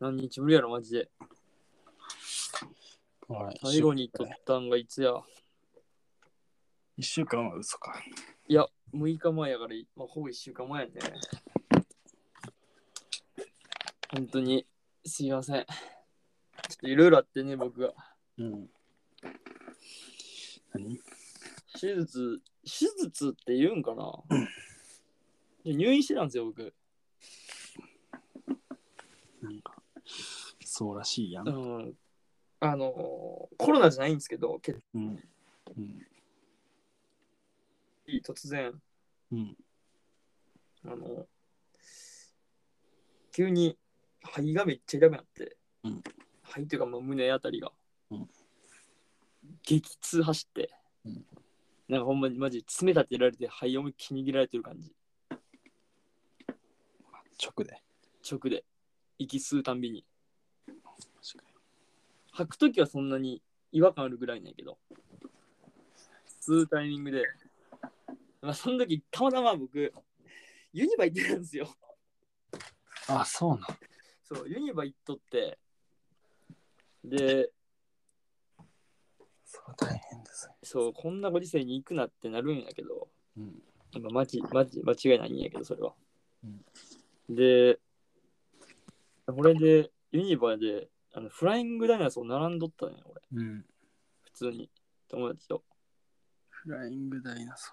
何日ぶりやろ、マジで。はい最後に撮ったんがいつや。一週間は嘘か。いや、6日前やから、まあ、ほぼ1週間前やね。本当に、すいません。ちょっといろいろあってね、僕が。うん。何手術、手術って言うんかな入院してたんですよ、僕。なんか、そうらしいやん。う。うんあのーコロナじゃないんですけど、決ん。うん。意突然、うん。あのー急に肺がめっちゃ痛くなって、うん肺というかまあ胸あたりが、うん激痛走って、うんなんかほんまにマジ爪立てられて肺を気に入られてる感じ、直で。直で、息吸うたんびに。確か吐くときはそんなに違和感あるぐらいなんやけど、吸うタイミングで、まあ、その時たまたま僕、ユニバ行ってたんですよ。に。あ、そうなん。そう、ユニバ行っとって、で、それは大変ですね。そう、こんなご時世に行くなってなるんやけど、うん。まあ、マジ、マジ、間違いないんやけど、それは。うんで、これで、ユニバで、あのフライングダイナソー並んどったね、俺、うん。普通に、友達と、フライングダイナソ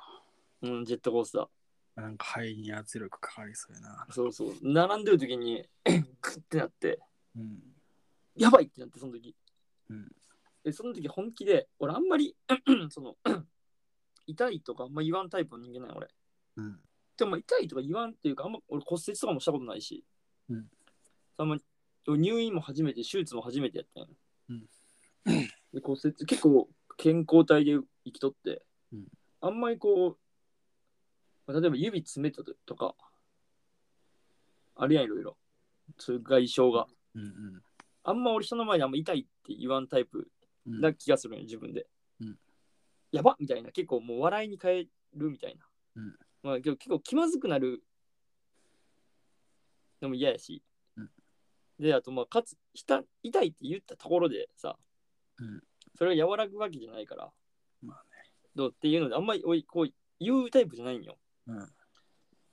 うん、ジェットコースター。ー。なんか肺に圧力かかりそうやな。そうそう。並んでる時に、 グッてなって、うん。やばいってなって、その時。うんで、その時本気で、俺あんまり、 その、痛いとかあんま言わんタイプの人間ない、俺。うん。でもまあ痛いとか言わんっていうか、あんま俺骨折とかもしたことないし。うんあんま入院も初めて、手術も初めてやったんようんで、骨折、結構健康体で生きとって、うんあんまりこう、まあ例えば指詰めたとか、あるやん、いろいろ。そういう外傷が。うんあんま俺人の前であんま痛いって言わんタイプうん。な気がするんよ、自分で。うんやばっみたいな、結構もう笑いに変えるみたいな。うんまあ、けど結構気まずくなるのも嫌やし。うんで、あと、まあ、かつひた、痛いって言ったところでさ、うんそれが和らぐわけじゃないから。まあどうっていうので、あんまりおいこう言うタイプじゃないんよ。うん。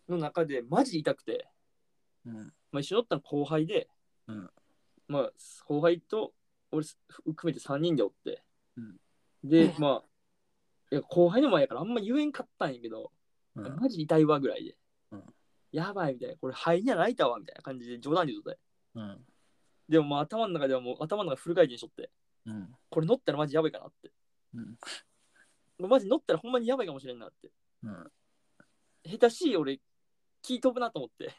の中で、マジ痛くて。うん。まあ、一緒に乗ったの後輩で、うんまあ、後輩と俺す含めて3人でおって、うんで、まあ、いや後輩の前やからあんま言えんかったんやけど、うん。マジ痛いわぐらいで、うんやばいみたいな、これ肺には泣いたわみたいな感じで冗談で言うとって、うん。でもまあ頭の中ではもう頭の中フル回転しとって、うん。これ乗ったらマジやばいかなって、うんマジ乗ったらほんまにやばいかもしれんなって、うん。下手しい俺、気飛ぶなと思って、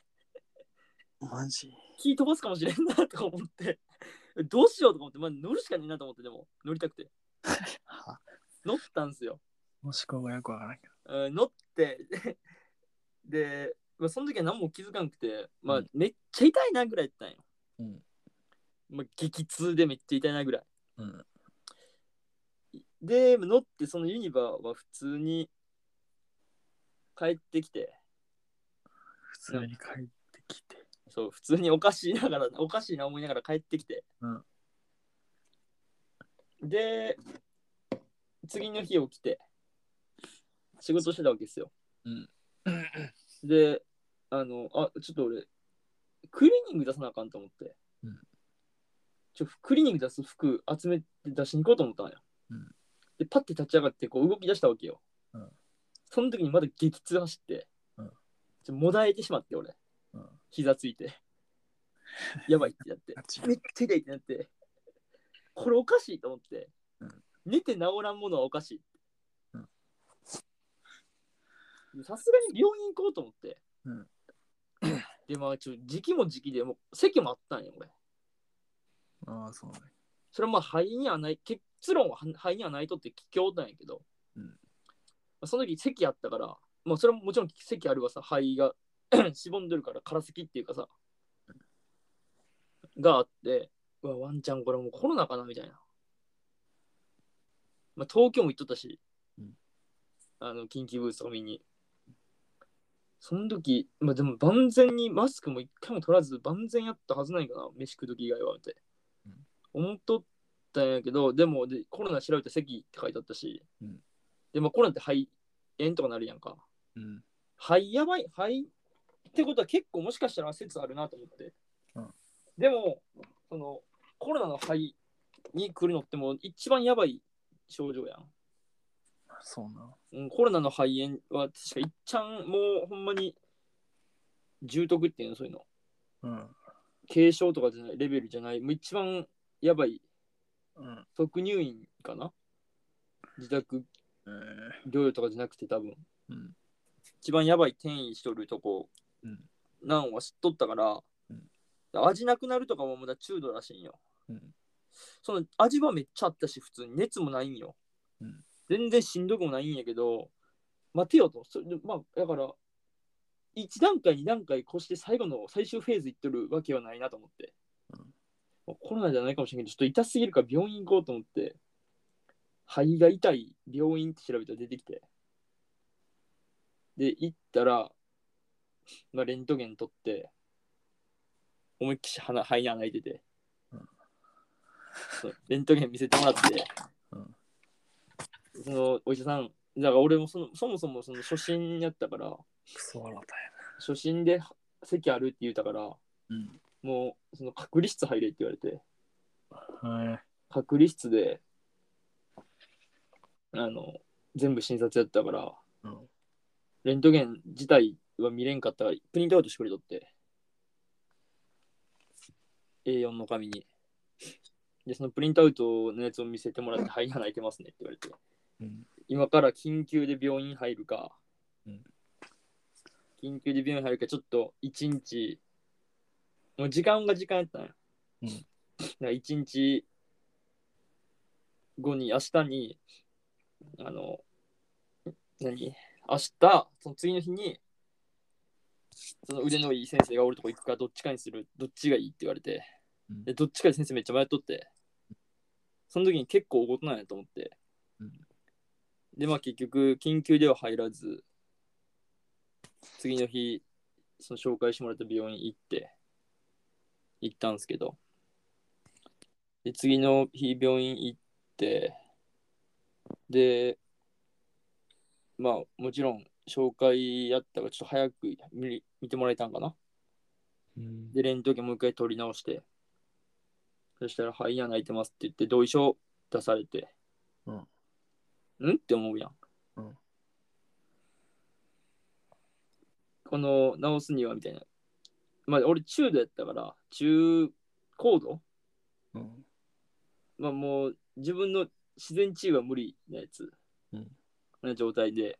マジ気飛ばすかもしれんなとか思って、 どうしようとか思って、まあ、乗るしかねえなと思って、でも乗りたくて。は乗ったんですよ。もしこがよくわからんけうん乗って、 で、まあ、その時は何も気づかなくて、まあうん、めっちゃ痛いなぐらいやったんよ。うんまあ、激痛でめっちゃ痛いなぐらい。ど。うん。で、乗って、そのユニバは普通に帰ってきて、普通に帰ってきて。そう、普通におかしいながら、おかしいな思いながら帰ってきて。うんで、次の日起きて、仕事してたわけですよ。うんで、あの、あ、ちょっと俺、クリーニング出さなあかんと思って。うんちょ、クリーニング出す服集めて出しに行こうと思ったんや。うんで、パッて立ち上がって、こう動き出したわけよ。うんその時にまだ激痛走って、うんちょもだえてしまって、俺。うん。膝ついて、やばいってなって、めっちゃ痛いってなって、これおかしいと思ってうん、寝て治らんものはおかしいうんって。さすがに病院行こうと思って。うんで、まあ、ちょ、時期も時期でもう、席もあったんよ、俺。ああ、そうね。それはまあ、肺にはない、結論は肺にはないとって聞きょうたんやけど、うんまあ、その時席あったから、まあ、それももちろん席あるわさ、肺が しぼんでるから、空席っていうかさ、があって、うわ、ワンチャンこれもうコロナかなみたいな。まあ、東京も行っとったし、うんあの、緊急ブースを見に。その時、まあでも万全にマスクも一回も取らず万全やったはずないかな、飯食う時以外はって。思っとったんやけど、でもでコロナ調べて席って書いてあったし、うんでもコロナって肺炎とかなるやんか。うん。肺やばい、肺ってことは結構もしかしたら説あるなと思って。うんでも、そのコロナの肺に来るのってもう一番やばい症状やん。そうな。うん、コロナの肺炎は確かいっちゃんもうほんまに重篤っていうのそういうのうん。軽症とかじゃないレベルじゃないもう一番やばいうん。即入院かな自宅えー療養とかじゃなくて多分うん。一番やばい転移しとるとこうん。なんは知っとったから、うん味なくなるとかもまだ中度らしいんようん。その味はめっちゃあったし普通に熱もないんよ、うん全然しんどくもないんやけど待てよとそれでまあだから1段階2段階越して最後の最終フェーズいってるわけはないなと思って、うんコロナじゃないかもしれんけどちょっと痛すぎるから病院行こうと思って肺が痛い病院って調べたら出てきてで行ったら、まあ、レントゲン取って思いっきし鼻肺に穴開いててそうレントゲン見せてもらって、うんそのお医者さんだから俺もそのそもそもその初心やったからクソ笑ったや初心で席あるって言うたからな。もうその隔離室入れって言われてうん。はい。隔離室であの全部診察やったからうん。レントゲン自体は見れんかったからプリントアウトしてくれとって A4 の紙にでそのプリントアウトのやつを見せてもらって「肺に穴開いてますね」って言われてうん。今から緊急で病院入るか、うん緊急で病院入るかちょっと一日もう時間が時間やったんや、うんだから一日後に明日にあの何明日その次の日にその腕のいい先生がおるとこ行くかどっちかにするどっちがいいって言われてうんでどっちかで先生めっちゃ迷っとってその時に結構おごとなんやと思ってでまあ結局緊急では入らず次の日その紹介してもらった病院行って行ったんですけどで次の日病院行ってでまあもちろん紹介やったからちょっと早く見見てもらえたんかなうん。でレントゲンもう一回取り直してそしたら「肺穴開いてます」って言って同意書出されてうんんって思うやん。うんこの直すにはみたいな。まあ俺中度やったから中高度うん。まあもう自分の自然治癒は無理なやつ、うんな状態で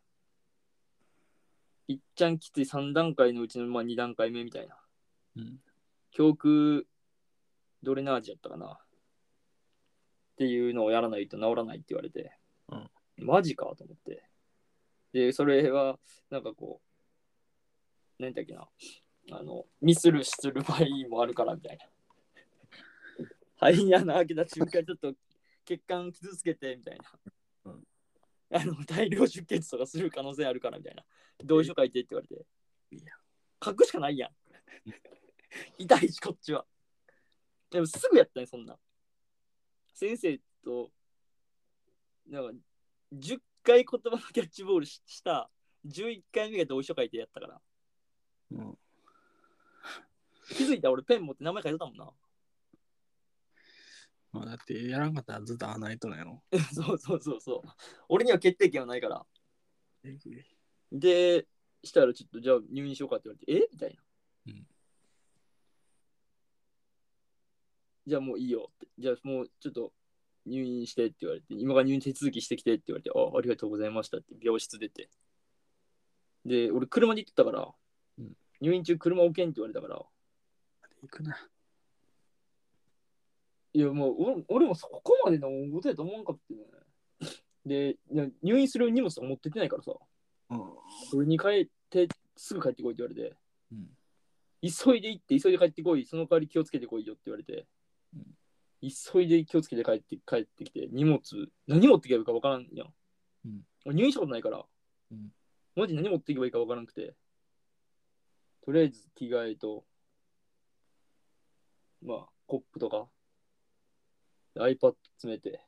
いっちゃんきつい3段階のうちのまあ2段階目みたいな。うん。胸腔ドレナージやったかなっていうのをやらないと治らないって言われて、うんマジかと思ってでそれはなんかこう何だっけなあのミスるする場合もあるからみたいな肺に穴開けた瞬間ちょっと血管傷つけてみたいな、あの大量出血とかする可能性あるからみたいな同意書書いてって言われていや書くしかない やん痛いしこっちはでもすぐやったねそんなん先生となんか10回言葉のキャッチボールしした11回目が同意書書いてやったからうん。気づいたら俺ペン持って名前書いてたもんなまあ、だって、やらんかったらずっと穴開いとんやろ。 そうそうそうそう俺には決定権はないからえぐいでしたらちょっとじゃあ入院しようかって言われてえみたいな、うんじゃあもういいよってじゃあもうちょっと入院してって言われて今から入院手続きしてきてって言われてあありがとうございましたって病室出てで俺車で行ってたから、うん入院中車置けんって言われたから行くな。いやもう俺俺もそこまでの大事やと思わんかったよねでいや入院する荷物は持ってってないからさうん。俺に帰ってすぐ帰ってこいって言われてうん。急いで行って急いで帰ってこいその代わり気をつけてこいよって言われて、うん急いで気をつけて帰って帰ってきて荷物何持ってけばいいか分からんやん、うん俺入院したことないから、うんマジ何持っていけばいいか分からなくてとりあえず着替えと、まあ、コップとか、iPad 詰めて、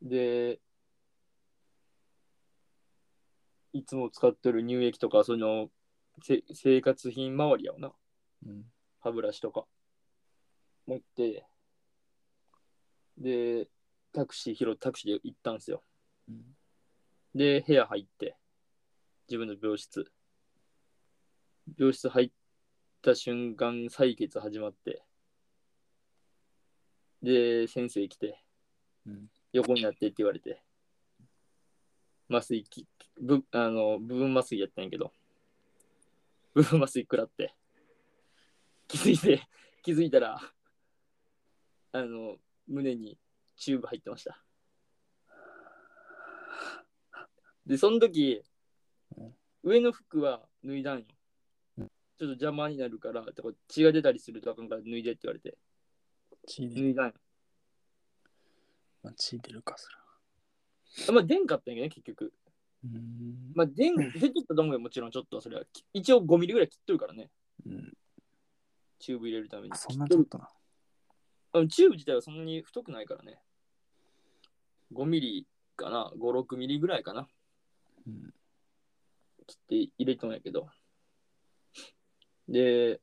で、いつも使ってる乳液とか、その、せ生活品周りやわな。うん。歯ブラシとか持って、で、タクシー拾ってタクシーで行ったんですよ。うん。で、部屋入って、自分の病室。病室入った瞬間、採血始まって、で、先生来て、うん横になってって言われて、麻酔き、ぶあの部分麻酔やったんやけど、部分麻酔食らって、気づいて、気づいたら、あの、胸にチューブ入ってました。で、その時うん、上の服は脱いだんよ。ちうょんっと邪魔になるから、とか血が出たりするとあかんから脱いでって言われて、血脱で、いだんよ。まあ、血出るかすら。あんまあ、出んかったんやけどね、結局。うん。まあ、出ん、出とったと思うよ、もちろん、ちょっとそれは。き一応5ミリぐらい切っとるからね、うん、チューブ入れるために。あそんな切ちっとょっるとな。あのチューブ自体はそんなに太くないからね。5ミリかな、5、6ミリぐらいかな。うん。切って入れとんやけど。で、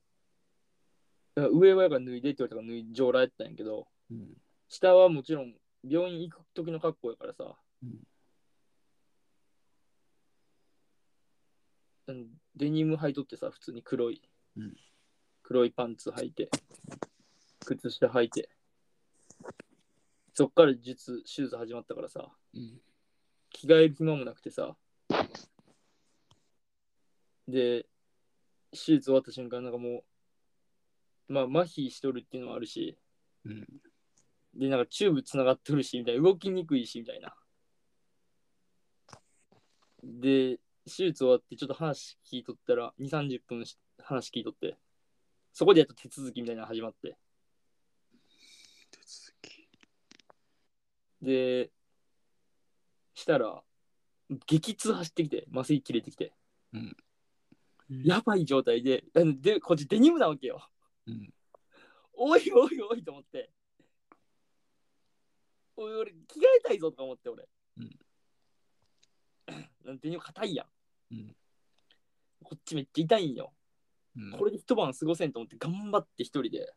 上はやから脱いでって言われたから脱い上らやったんやけど、うん。下はもちろん病院行く時の格好やからさ、うんうんデニム履いとってさ普通に黒い、うん黒いパンツ履いて靴下履いてそっから術手術始まったからさうん。着替える暇もなくてさで手術終わった瞬間なんかもうまあ麻痺しとるっていうのもあるし、うん。で、なんかチューブつながってるし、みたいな、動きにくいし、みたいな。で、手術終わって、ちょっと話聞いとったら、2、30分し話聞いとって、そこでやっと手続きみたいなの始まって、手続き。で、したら、激痛走ってきて、麻酔切れてきて、やばい状態で、あのでこっちデニムなわけよ。うん。おいおいおいと思って。おい俺、着替えたいぞとか思って、俺。うんなんていうの硬いやん。うんこっちめっちゃ痛いんよ。うん。これで一晩過ごせんと思って、頑張って一人で、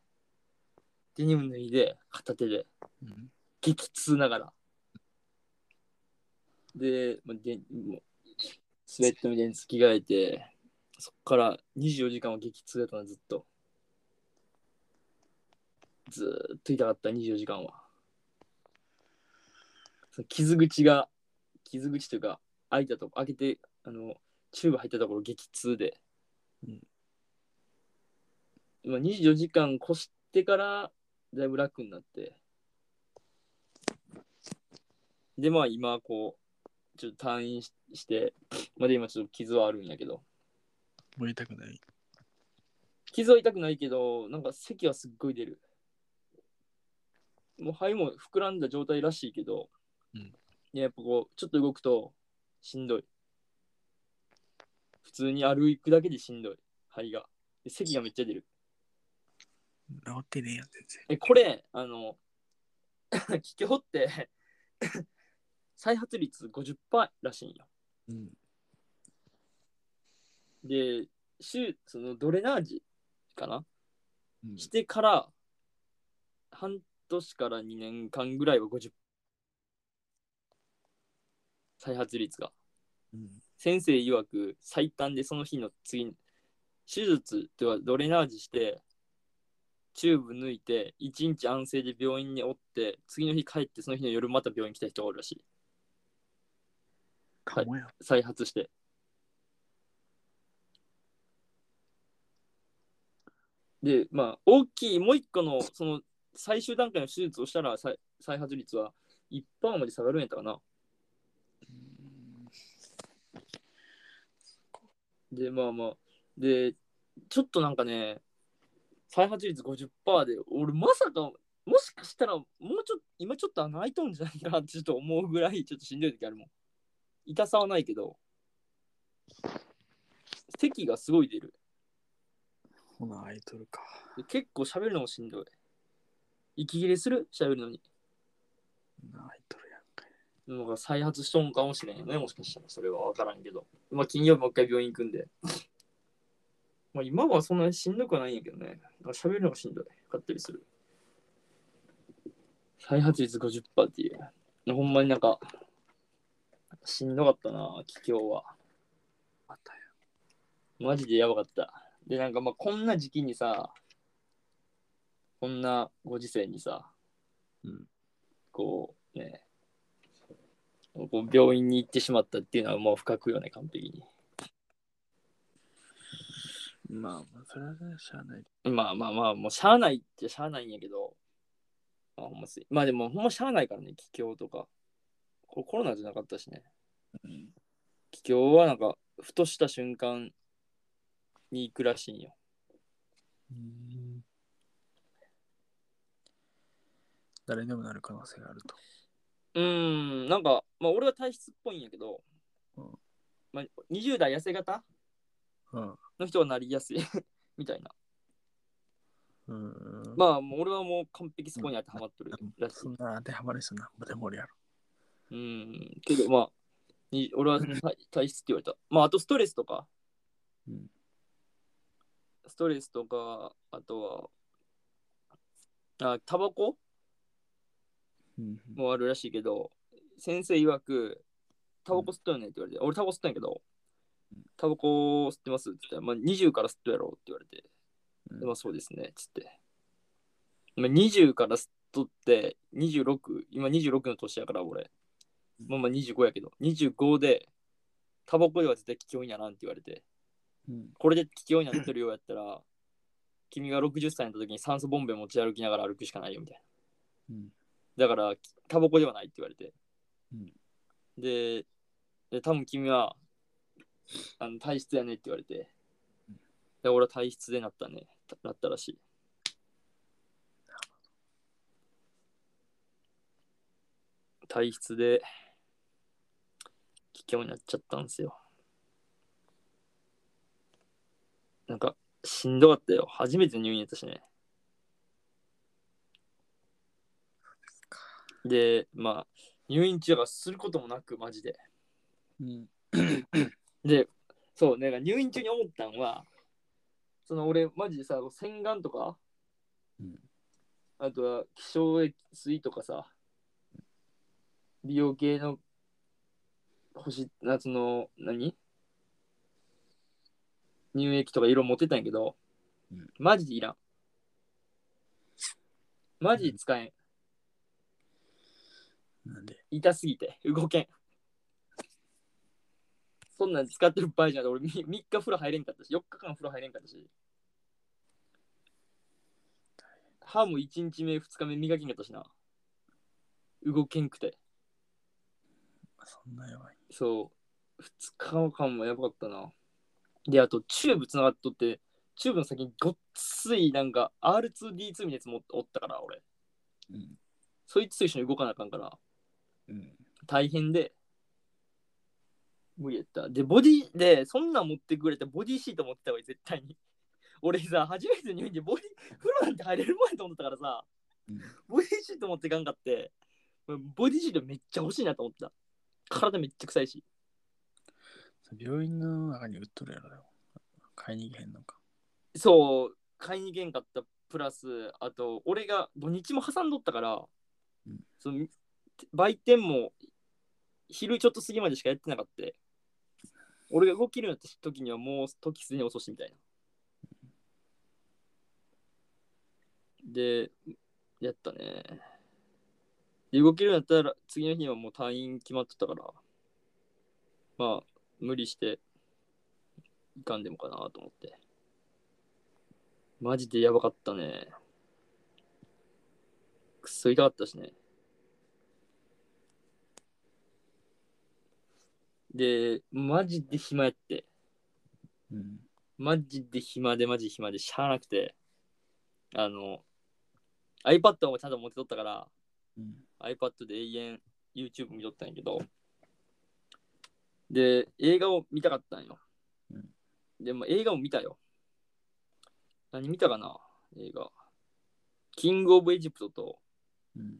デニム脱いで、片手で、うん。激痛ながら。で、まあ、でもうスウェットみたいに着替えて、そっから24時間は激痛だったな、ずっと。ずーっと痛かった、24時間は。その傷口が、傷口というか、開いたとこ、開けて、あの、チューブ入ったところ激痛で。うんまあ、24時間越してから、だいぶ楽になって。で、まあ今、こう、ちょっと退院しして、まあで今ちょっと傷はあるんやけど、もう痛くない。傷は痛くないけど、なんか咳はすっごい出る。もう肺も膨らんだ状態らしいけど、うんいややっぱこう、ちょっと動くとしんどい。普通に歩くだけでしんどい、肺が。で咳がめっちゃ出る。治ってねえやん、全然。え、これ、あの、 聞き掘って、 再発率50%らしいんよ。うん。で、手術のドレナージかな、うんしてから、半年から2年間ぐらいは50、再発率が。うん。先生曰く、最短でその日の次に、手術ではドレナージして、チューブ抜いて、1日安静で病院におって、次の日帰って、その日の夜また病院来た人がおるらしい。かもや。再発して。で、まあ、大きい、もう一個の、その、最終段階の手術をしたら、再再発率は1%まで下がるんやったかな。うんで、まあまあ、で、ちょっとなんかね、再発率50%で、俺、まさか、もしかしたら、もうちょっと、今ちょっと泣いとんじゃないかなって、ちょっと思うぐらい、ちょっとしんどい時あるもん。痛さはないけど、咳がすごい出る。ほな、アイドルか。で結構喋るのもしんどい。息切れする喋るのに。ほな、アイドルやんかい。なんか再発しとんかもしれんよね、もしかしたら。それは分からんけど。まあ、金曜日もう一回病院行くんで。 まあ、今はそんなにしんどくはないんやけどね。なんか喋るのがしんどい。かったりする。再発率50%っていう。ほんまになんか、しんどかったな、気境は。またや。マジでやばかった。で、なんかまあこんな時期にさ、こんなご時世にさ、うんこうね、こう病院に行ってしまったっていうのはもう不覚よね、完璧に。まあ、まあ、それはね、しゃあない。まあまあまあ、もうしゃあないっちゃしゃあないんやけど、あほんまついまあでもほんましゃあないからね、気境とか。これコロナじゃなかったしね。うん。気境はなんか、ふとした瞬間に行くらしいんよ。うん誰にでもなる可能性があると。うーん、なんか、まあ、俺は体質っぽいんやけど、うんまあ、20代痩せ型うん。の人はなりやすい みたいな。うん。まあ、もう俺はもう完璧そこに当てはまってるらしい。そんな当てはまる人なんぼでもおるやろ。うん、けど、まあ、に俺はその体体質って言われた。まあ、あとストレスとか、うんストレスとか、あとは、あタバコうん。もあるらしいけど、先生曰く、タバコ吸っとるねって言われて、俺タバコ吸ったんやけどうん、タバコ吸ってますって言ったら、まあ、20から吸っとるやろって言われて、うんでまあそうですねっつって、まあ、20から吸っとって、26、今26の年やから俺、うんまあまあ25やけど、25で、タバコでは絶対危険にならんって言われて、うん。これで危険になってるようやったら、君が60歳の時に酸素ボンベ持ち歩きながら歩くしかないよみたいな。うん。だから、きタバコではないって言われて。うんで、で、多分君は、あの体質やねって言われてうん。で、俺は体質でなったね。たなったらしい。体質で、危険になっちゃったんですよ。なんか、しんどかったよ。初めて入院やったしね。で、まあ、入院中がすることもなく、マジで。うん。で、そう、なんか入院中に思ったんは、その俺、マジでさ、洗顔とか、うんあとは気象液水とかさ、美容系の星、夏の、何乳液とか色持ってたんやけど、うんマジでいらん。マジで使えん。なんで痛すぎて動けんそんなん使ってる場合じゃない俺み3日風呂入れんかったし4日間風呂入れんかったし歯も1日目2日目磨けんかったしな動けんくてそんな弱い。そう2日間もやばかったなであとチューブつながっとってチューブの先にごっついなんか R2D2 みたいなやつもおったから俺うん。そいつと一緒に動かなあかんからうん。大変で無理やったでボディでそんなん持ってくれてボディシート持ってた方がいい絶対に 俺さ初めて入院でボディ風呂なんて入れる前と思ったからさうんボディシート持ってかんかってボディシートめっちゃ欲しいなと思った体めっちゃ臭いし病院の中に売っとるやろよ。買いに行けへんのか。そう買いに行けんかったプラスあと俺が土日も挟んどったから、うんその売店も昼ちょっと過ぎまでしかやってなかった俺が動けるようになった時にはもう時すでに遅しみたいなでやったねで動けるようになったら次の日にはもう退院決まってたからまあ無理していかんでもかなと思ってマジでやばかったね。くっそ痛かったしね。で、マジで暇やって。うん。マジで暇でマジで暇でしゃあなくて。あの、iPad もちゃんと持ってとったから、うん。 iPad で永遠 YouTube 見とったんやけど、で、映画を見たかったんよ。うんでも映画も見たよ。何見たかな映画。キングオブエジプトと、うん。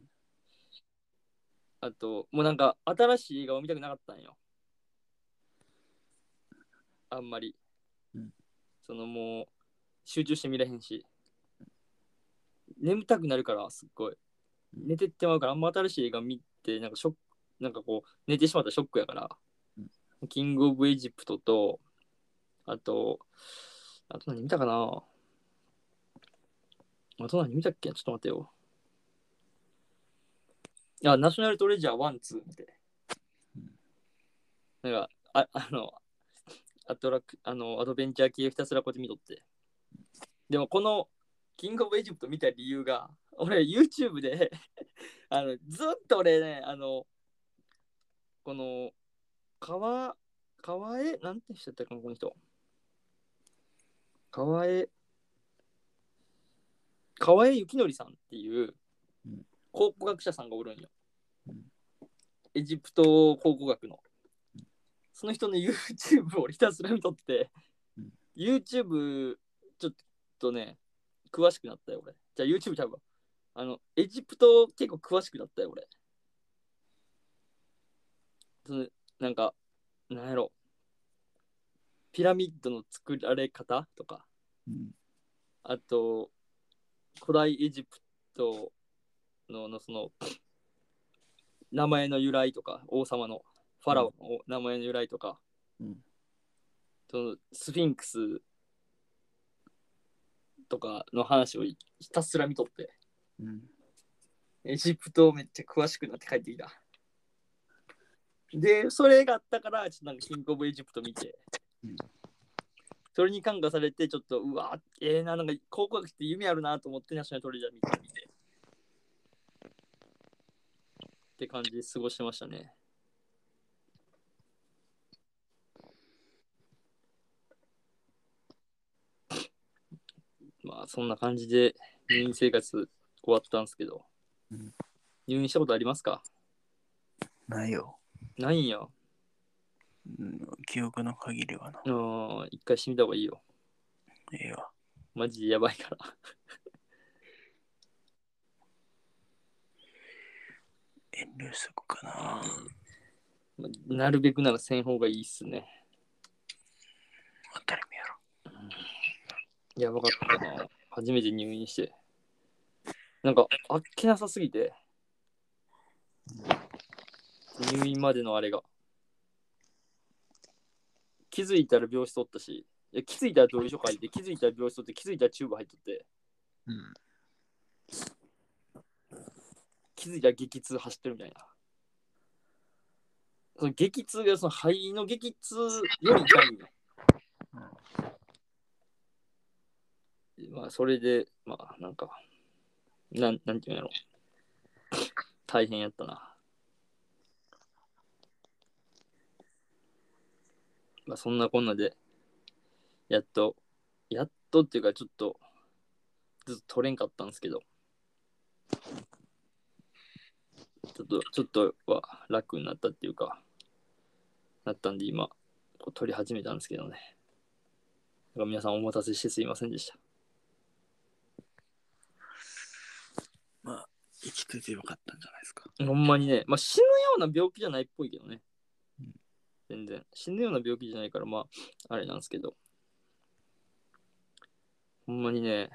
あと、もうなんか新しい映画を見たくなかったんよ。あんまり。うんそのもう、集中して見れへんし。眠たくなるから、すっごい。寝てってまうから、あんま新しい映画見て、なんかショック、なんかこう、寝てしまったらショックやから。キングオブエジプトと、あと、あと何見たかなあと何見たっけちょっと待ってよ。いや、ナショナルトレジャー1、2見てうん。なんか、あ あの、アトラク、あの、アドベンチャー系ひたすらこうやって見とって。でも、この、キングオブエジプト見た理由が、俺、YouTube で、 あの、ずっと俺ね、あの、この、川、川江、なんて人やったかな、この人。川江、川江幸則さんっていううん考古学者さんがおるんようん。エジプト考古学の。その人の YouTube をひたすら見とってうん、 YouTube ちょっとね、詳しくなったよ、俺。じゃあ YouTube ちゃうわ。あの、エジプト結構詳しくなったよ、俺。そのなんか、なんやろ。ピラミッドの作られ方とか、うん。あと、古代エジプトののその、名前の由来とか、王様の、ファラオの名前の由来とか、うんそのスフィンクスとかの話をひたすら見とって、うん。エジプトめっちゃ詳しくなって帰ってきた。で、それがあったから、ちょっとなんかキングオブエジプト見てうん、それに感化されて、ちょっと、うわ、ええな、なんか考古学って夢あるなと思って、ナショナルトレジャー見て見て。って感じで過ごしてましたね。まあ、そんな感じで入院生活終わったんですけど、うん入院したことありますかないよ。ないんや。うん。記憶の限りはな。うん、一回してみた方がいいよ。ええわ。マジでやばいから。遠慮しとくかな。ま なるべくならせん方がいいっすね。当たり前やろ。やばかったな。初めて入院して。なんか、あっけなさすぎて。入院までのあれが。気づいたら病室おったし、いや気づいたら同意書書いて、気づいたら病室おって、気づいたらチューブ入っとって、うん。気づいたら激痛走ってるみたいな。その激痛がその肺の激痛より痛いんよまあ、それで、まあ、なんか、なんなんていうんやろ。大変やったな。まあ、そんなこんなで、やっと、やっとっていうか、ちょっと、ずっと取れんかったんですけど、ちょっと、ちょっとは楽になったっていうか、なったんで、今、こう取り始めたんですけどね。なんか皆さんお待たせしてすいませんでした。生きててよかったんじゃないですか。ほんまにね、まあ、死ぬような病気じゃないっぽいけどねうん。全然。死ぬような病気じゃないから、まあ、あれなんですけど。ほんまにね、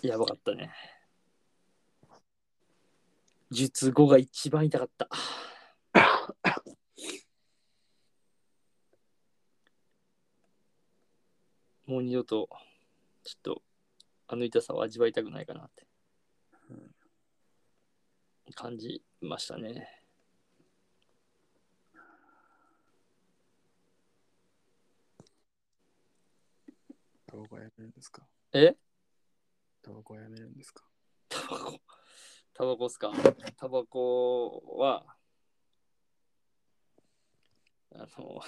やばかったね。術後が一番痛かった。もう二度と、ちょっと、あの痛さを味わいたくないかなってうん感じましたね。動画やめるんですかえ動画やめるんですかタバコタバコっすかタバコはあの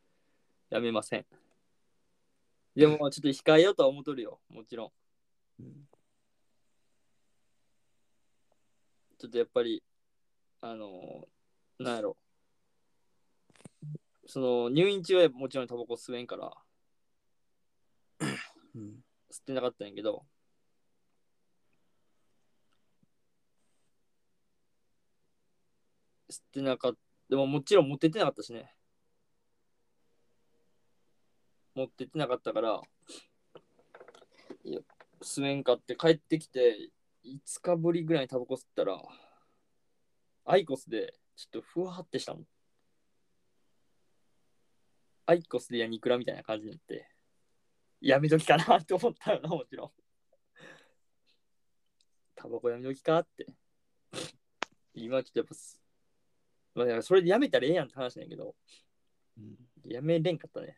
やめませんでもちょっと控えようとは思っとるよもちろんうん。ちょっとやっぱりあのなんやろその入院中はもちろんタバコ吸えんからうん。吸ってなかったんやけど吸ってなかったでももちろん持ってってなかったしね持ってってなかったからいや吸えんかって帰ってきて5日ぶりぐらいにタバコ吸ったらアイコスでちょっとふわってしたもんアイコスでヤニクラみたいな感じになってやめときかなって思ったよな、もちろん。タバコやめときかって。今ちょっとやっぱす、まあ、だからそれでやめたらええやんって話なんやけど、うん。やめれんかったね。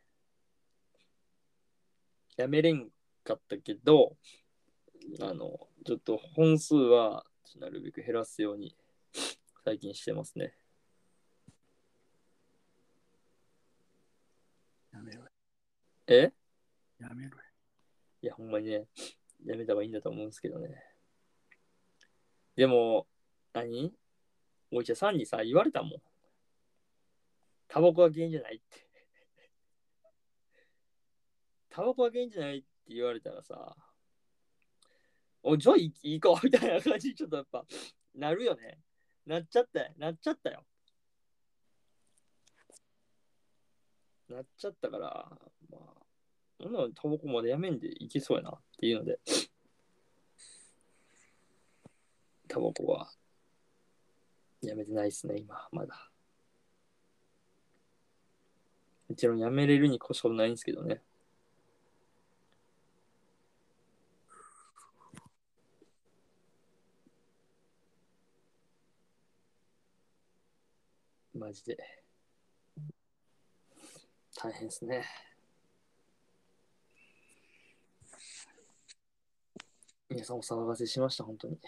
やめれんかったけど、あの、ちょっと本数はなるべく減らすように最近してますね。やめろよ。えやめろよ。いや、ほんまにね、やめた方がいいんだと思うんですけどね。でも、何お医者さんにさ、言われたもん。タバコが原因じゃないって。 タバコが原因じゃないって言われたらさ、おじゃあいいいかみたいな感じにちょっとやっぱ、なるよね。なっちゃったよ。なっちゃったよ。なっちゃったから、まあ、そんなのタバコまでやめんでいけそうやなっていうので、タバコはやめてないっすね、今、まだ。もちろんやめれるに越したないんですけどね。マジで大変ですね。皆さんお騒がせしました、本当に。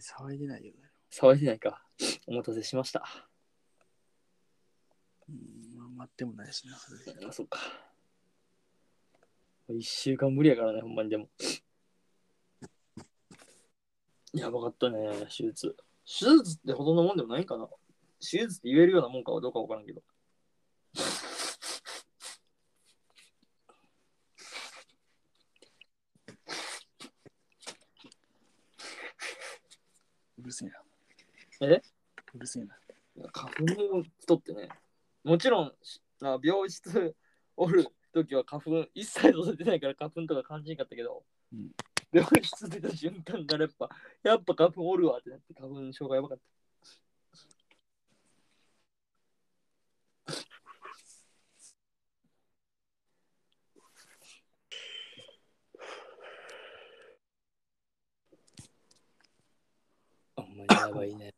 騒いでないよね。騒いでないか。 お待たせしました。うん。まあ、待ってもないしな、それで。あ、そっか。一週間無理やからね、ほんまにでも。 やばかったね、手術。手術ってほとんどもんでもないんかな。手術って言えるようなもんかはどうかわからんけど。うるせえな。えうるせえな。花粉とってね、もちろん、しな病室 おる時は花粉、一切外れてないから花粉とか感じなかったけど、うん病室出た瞬間からやっぱ、やっぱ花粉おるわってなって、花粉症がやばかった。あんまりやばいね。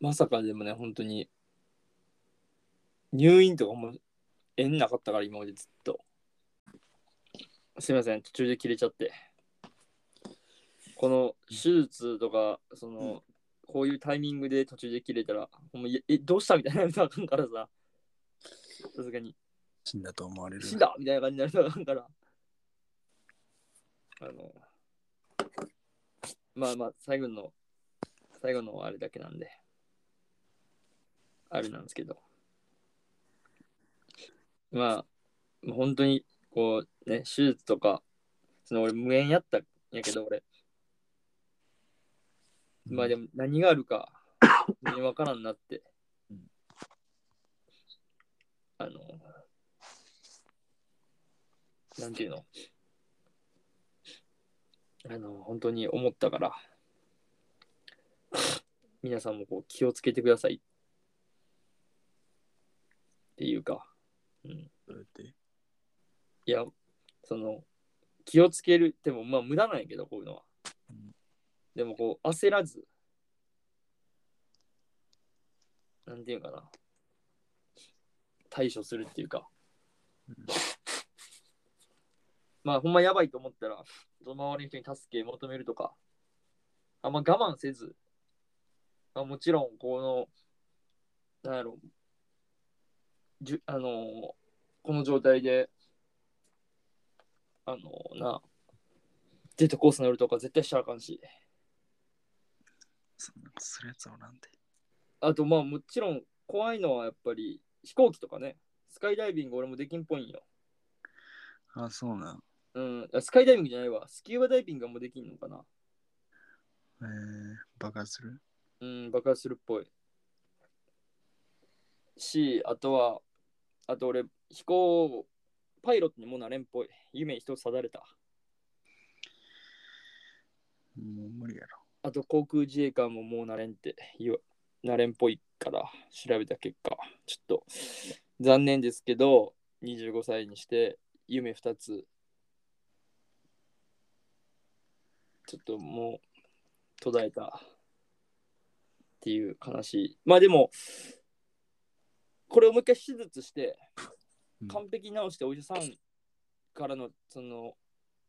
まさかでもね、本当に、入院とかも縁なかったから、今までずっと。すいません、途中で切れちゃって。この手術とか、その、うんこういうタイミングで途中で切れたら、ほんまいやえ、どうしたみたいになるとあかんからさ、さすがに、死んだと思われる。死んだみたいな感じになるとあかんから。あの、まあまあ、最後の、最後のあれだけなんで、あれなんですけど、まあ、もう本当に、こう、ね、手術とか、その俺、無縁やったんやけど、俺、まあでも何があるか、分からんなってうん、あの、なんていうのあの、本当に思ったから、皆さんもこう気をつけてください。っていうか、うん、それって。いや、その、気をつけるっても、まあ無駄なんやけど、こういうのはうん。でもこう、焦らず、なんていうかな、対処するっていうかうん、まあほんまやばいと思ったら、その周りの人に助け求めるとか、あんま我慢せず、まあ、もちろん、この、なんやろ、じゅあのーこの状態で、あのーな、デートコース乗るとか絶対しちゃあかんし、そんなことするやつおらんで。あとまあもちろん怖いのはやっぱり飛行機とかね。スカイダイビング俺もできんぽいんよ。あ、そうなん。うん。あスカイダイビングじゃないわ。スキューバダイビングもできんのかな。えー、爆発するうん、爆発するっぽい。し、あとは、あと俺、飛行、パイロットにもなれんっぽい。夢一つ定れた。もう無理やろ。あと航空自衛官ももうなれんって言わ、なれんっぽいから調べた結果、ちょっと残念ですけど、25歳にして夢2つ、ちょっともう途絶えたっていう悲しい。まあでも、これをもう一回手術してうん、完璧に治してお医者さんからの、その、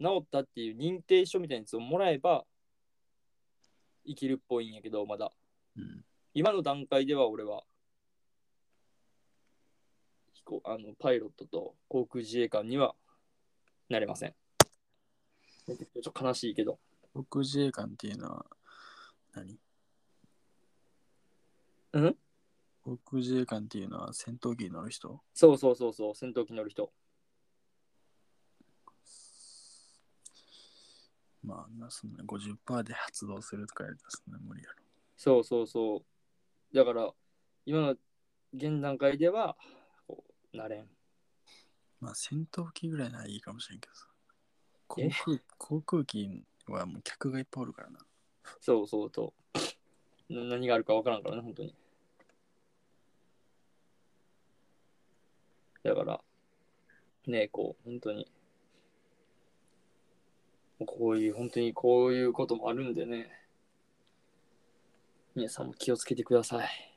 治ったっていう認定書みたいなやつをもらえば、生きるっぽいんやけどまだうん。今の段階では俺は飛行あのパイロットと航空自衛官にはなれませんめちゃくちゃ悲しいけど航空自衛官っていうのは何、ん航空自衛官っていうのは戦闘機に乗る人そうそうそうそう戦闘機乗る人まあ、なそんな50%で発動するとかやりたらそんな無理やろ。そうそうそうだから今の現段階ではこうなれんまあ、戦闘機ぐらいならいいかもしれんけどさ。航え空航空機はもう客がいっぱいおるからな。そうそうそうな何があるか分からんからね本当にだからねえこう本当にこういう本当にこういうこともあるんでね皆さんも気をつけてください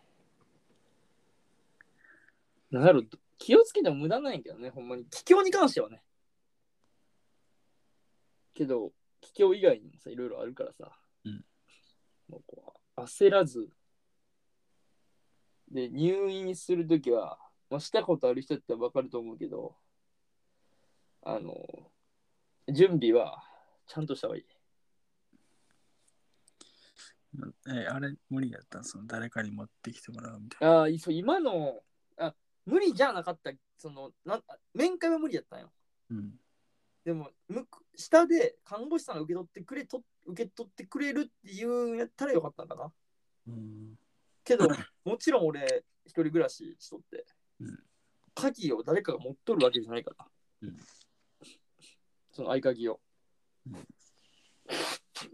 なんだろう気をつけても無駄ないけどねほんまに気境に関してはねけど気境以外にもさいろいろあるからさもうこう焦らず、で、入院するときは、まあ、したことある人だってわかると思うけど、あの、準備はちゃんとした方がいい。まあえあれ無理やったんその誰かに持ってきてもらうみたいな。ああ、いそう今の、あ、無理じゃなかった、その、な面会は無理だったんよ。うん。でも、向く下で看護師さんが受け取ってくれと、受け取ってくれるっていうんやったらよかったんかな。うん、けど、もちろん俺、一人暮らししとって、うん鍵を誰かが持っとるわけじゃないから、うんその合鍵を、うん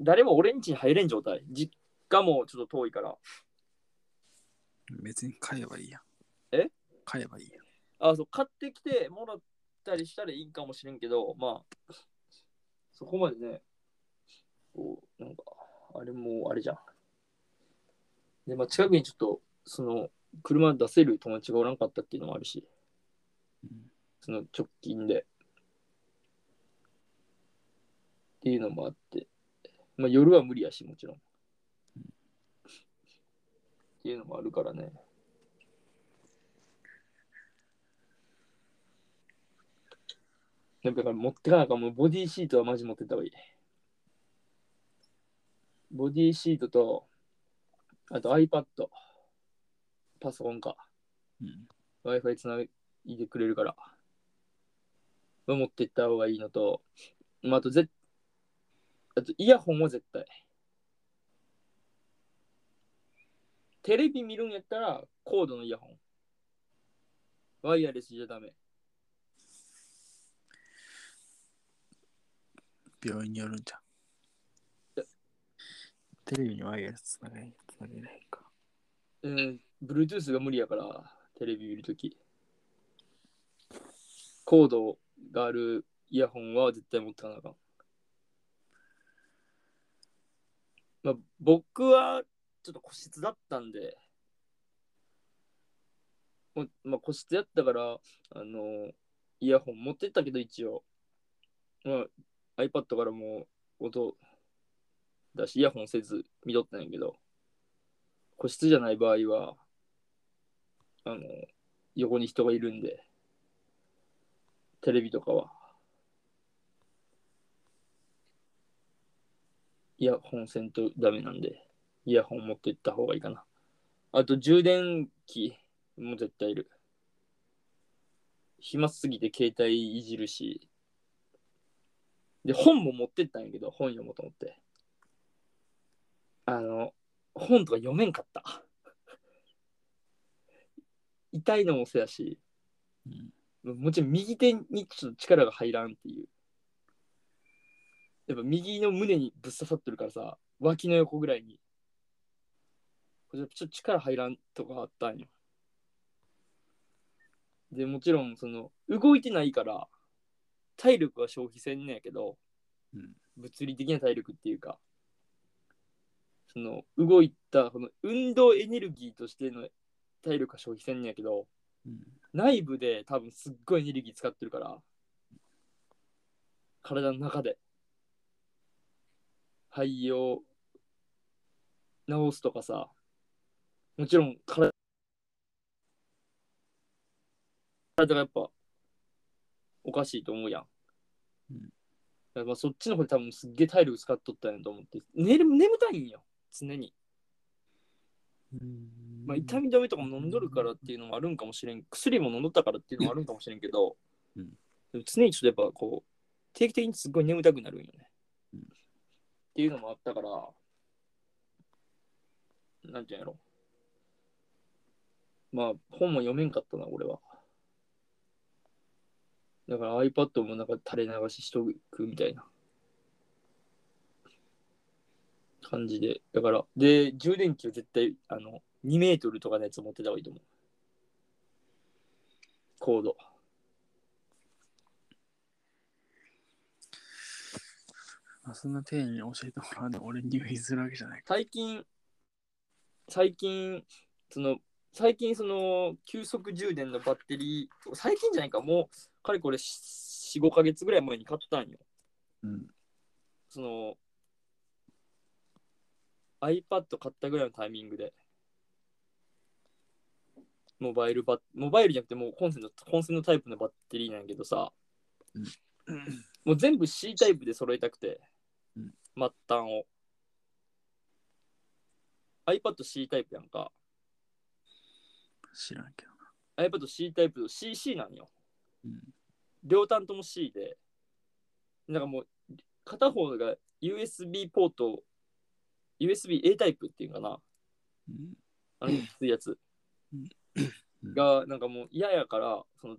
誰も俺ん家に入れん状態、実家もちょっと遠いから、別に買えばいいやん。え買えばいいやん。あそう買ってきてもらったりしたらいいんかもしれんけど、まあ、そこまでね、こう、なんか、あれもあれじゃん。で、まあ、近くにちょっと、その、車出せる友達がおらんかったっていうのもあるし、うんその直近で。っていうのもあって、まあ、夜は無理やし、もちろん。っていうのもあるからね。だから持ってかなあかんもうボディシートはマジ持ってった方がいい。ボディシートと、あと iPad、パソコンか、うん Wi-Fi つないでくれるから、は持ってった方がいいのと、まあ、あとぜ、あとイヤホンは絶対。テレビ見るんやったら、コードのイヤホン。ワイヤレスじゃダメ。病院によるんじゃん。テレビにワイヤレスつなげないつなげないか。うん、Bluetooth が無理やから、テレビ見るとき。コードがあるイヤホンは絶対持ってかなあかん。まあ、僕はちょっと個室だったんで、もうまあ、個室やったから、あの、イヤホン持ってったけど一応、まあ、iPad からも音だし、イヤホンせず見とったんやけど、個室じゃない場合は、あの、横に人がいるんで、テレビとかは、イヤホンせんとダメなんで、イヤホン持って行った方がいいかな。あと、充電器も絶対いる。暇すぎて携帯いじるし。で、本も持ってったんやけど、本読もうと思って。あの、本とか読めんかった。痛いのもせやし、もちろん右手にちょっと力が入らんっていう。やっぱ右の胸にぶっ刺さってるからさ、脇の横ぐらいに。これちょっと力入らんとかあったんよ。で、もちろん、その、動いてないから、体力は消費せんねやけど、うん物理的な体力っていうか、その、動いた、この運動エネルギーとしての体力は消費せんねやけど、うん内部で多分すっごいエネルギー使ってるから体の中で肺を治すとかさもちろん体体がやっぱおかしいと思うやん、うんだからまあそっちの方で多分すっげえ体力使っとったんやと思って寝る眠たいんよ常にまあ、痛み止めとかも飲んどるからっていうのもあるんかもしれん薬も飲んどったからっていうのもあるんかもしれんけど、うんでも常にちょっとやっぱこう定期的にすっごい眠たくなるんよね、うんっていうのもあったからなんていうんやろまあ本も読めんかったな俺はだから iPad もなんか垂れ流ししとくみたいな感じでだからで充電器は絶対あの2メートルとかのやつ持ってた方がいいと思う。コード。まあ、そんな丁寧に教えてもらうの俺には譲るわけじゃない。最近、最近、その、最近その、急速充電のバッテリー、最近じゃないか、もう、かれこれ4、5ヶ月ぐらい前に買ったんよ。うん。その、iPad 買ったぐらいのタイミングで、モバイルバッ、モバイルじゃなくてもうコンセント、コンセントタイプのバッテリーなんやけどさ、もう全部 C タイプで揃えたくて、うん末端を。iPad C タイプやんか。知らんけどな。 iPad C タイプの CC なんよ。うん両端とも C で。なんかもう、片方が USB ポート、USB A タイプっていうのかな。うん。あのきついやつうんうんがなんかもう嫌やからその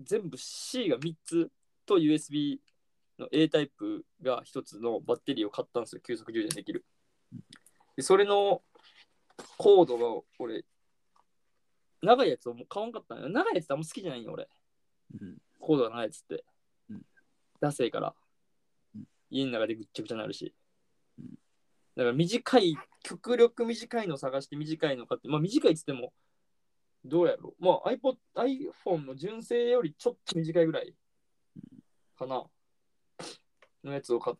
全部 C が3つと USB の A タイプが1つのバッテリーを買ったんですよ急速充電できるでそれのコードが俺長いやつをもう買わんかったんよ長いやつってあんま好きじゃないんよ俺うん。コードが長いやつってうんダセえからうん家の中でぐっちゃぐちゃになるしうんだから短い極力短いのを探して短いの買ってまあ短いっつってもどうやろうまあ iPod iPhone の純正よりちょっと短いぐらいかなのやつを買っ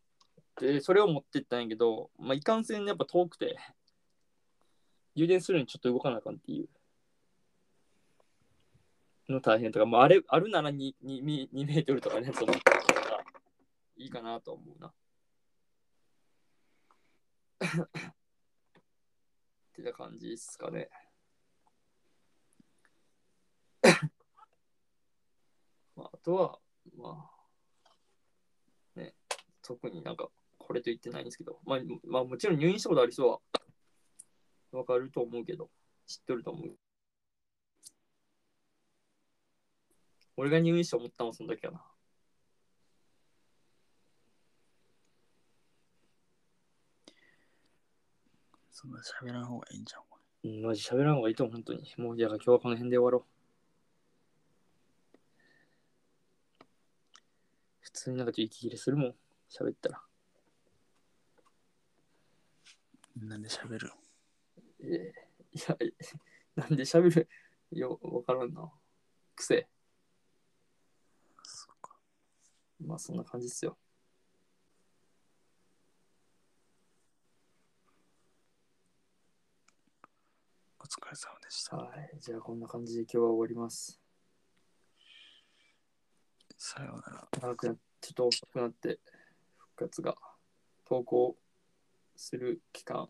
てそれを持ってったんやけどまあいかんせんやっぱ遠くて充電するのにちょっと動かなあかんっていうの大変とか、まあ、あれあるなら 2, 2, 2, メートルとかね、そのいいかなと思うな。ってな感じですかね。まあ、あとは、まあ、ね、特になんか、これと言ってないんですけど、まあ、まあ、もちろん入院したことある人は、わかると思うけど、知っとると思う。俺が入院して思ったのはその時かな。そんな喋らん方がいいんじゃん。うん、マジ喋らん方がいいと思う、本当に。もう、いや、今日はこの辺で終わろう。普通になんかちょっと息切れするもん、喋ったら。なんで喋るえーいや、 なんで喋るよ、わからんな。癖。そうか。まあ、そんな感じっすよ。お疲れ様でした。はい、じゃあこんな感じで今日は終わります。さようなら。長くなちょっと大きくなって復活が投稿する期間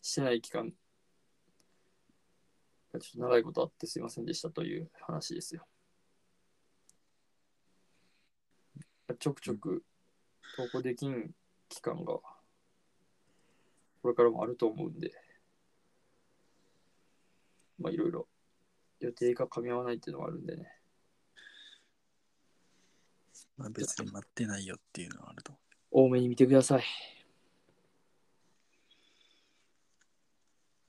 してない期間がちょっと長いことあってすいませんでしたという話ですよ。ちょくちょく投稿できん期間がこれからもあると思うんで、まあいろいろ予定が噛み合わないっていうのがあるんでね。まあ、別に待ってないよっていうのはあると思多めに見てください。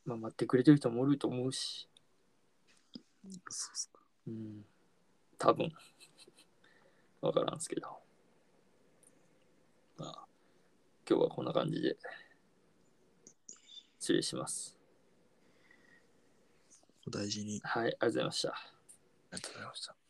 まあ、待ってくれてる人もおると思うし、う。そうっすか。うん、多分 わからんすけど。まあ、今日はこんな感じで、失礼します。お大事にはい、ありがとうございました。ありがとうございました。